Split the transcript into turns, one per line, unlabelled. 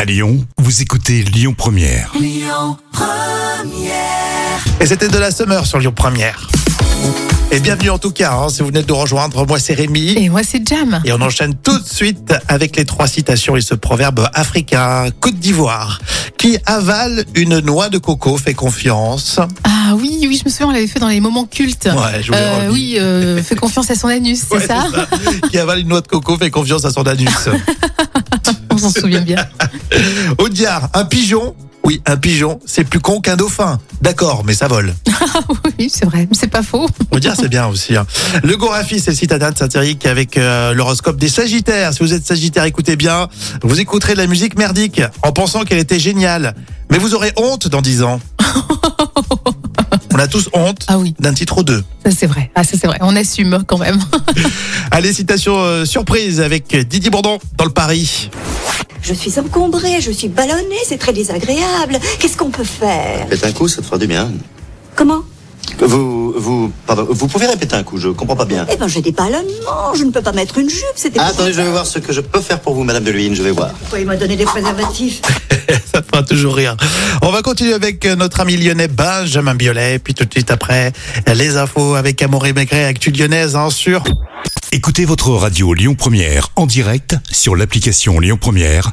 À Lyon, vous écoutez Lyon Première.
Et c'était de la Summer sur Lyon Première. Et bienvenue en tout cas, hein, si vous venez de nous rejoindre, moi c'est Rémi.
Et moi, c'est Jam.
Et on enchaîne tout de suite avec les trois citations et ce proverbe africain, Côte d'Ivoire. Qui avale une noix de coco fait confiance.
Ah oui, oui, je me souviens, on l'avait fait dans les moments cultes.
Ouais, je vous l'ai
Euh,
remis.
oui, euh, fais confiance à son anus, c'est
Ouais,
ça
c'est ça. Qui avale une noix de coco fait confiance à son anus.
On s'en souvient bien.
Audiard, un pigeon. Oui, un pigeon, c'est plus con qu'un dauphin. D'accord, mais ça vole.
oui, c'est vrai, c'est pas faux.
Faut dire, c'est bien aussi. hein. Le Gorafi, c'est le site internet satirique avec euh, l'horoscope des Sagittaires. Si vous êtes Sagittaire, écoutez bien. Vous écouterez de la musique merdique en pensant qu'elle était géniale. Mais vous aurez honte dans 10 ans. On a tous honte
Ah oui,
d'un titre ou deux.
ça c'est vrai. Ah ça c'est vrai, on assume quand même.
Allez, citation euh, surprise avec Didier Bourdon dans le Paris.
Je suis encombrée, je suis ballonnée, c'est très désagréable. Qu'est-ce qu'on peut faire
Répète un coup, ça te fera du bien.
Comment
Vous, vous, pardon, vous pouvez répéter un coup, je comprends pas bien.
Eh ben, j'ai des ballonnements, je ne peux pas mettre une jupe, c'était
Ah, attendez, je vais voir ce que je peux faire pour vous, Madame de Luynes, je vais voir.
Pourquoi il m'a donné des préservatifs
Ça fera toujours rire. On va continuer avec euh, notre ami lyonnais Benjamin Biolay. Puis tout de suite après, les infos avec Amaury Maigret, Actu Lyonnaise hein, sur...
Écoutez votre radio Lyon Première en direct sur l'application Lyon Première,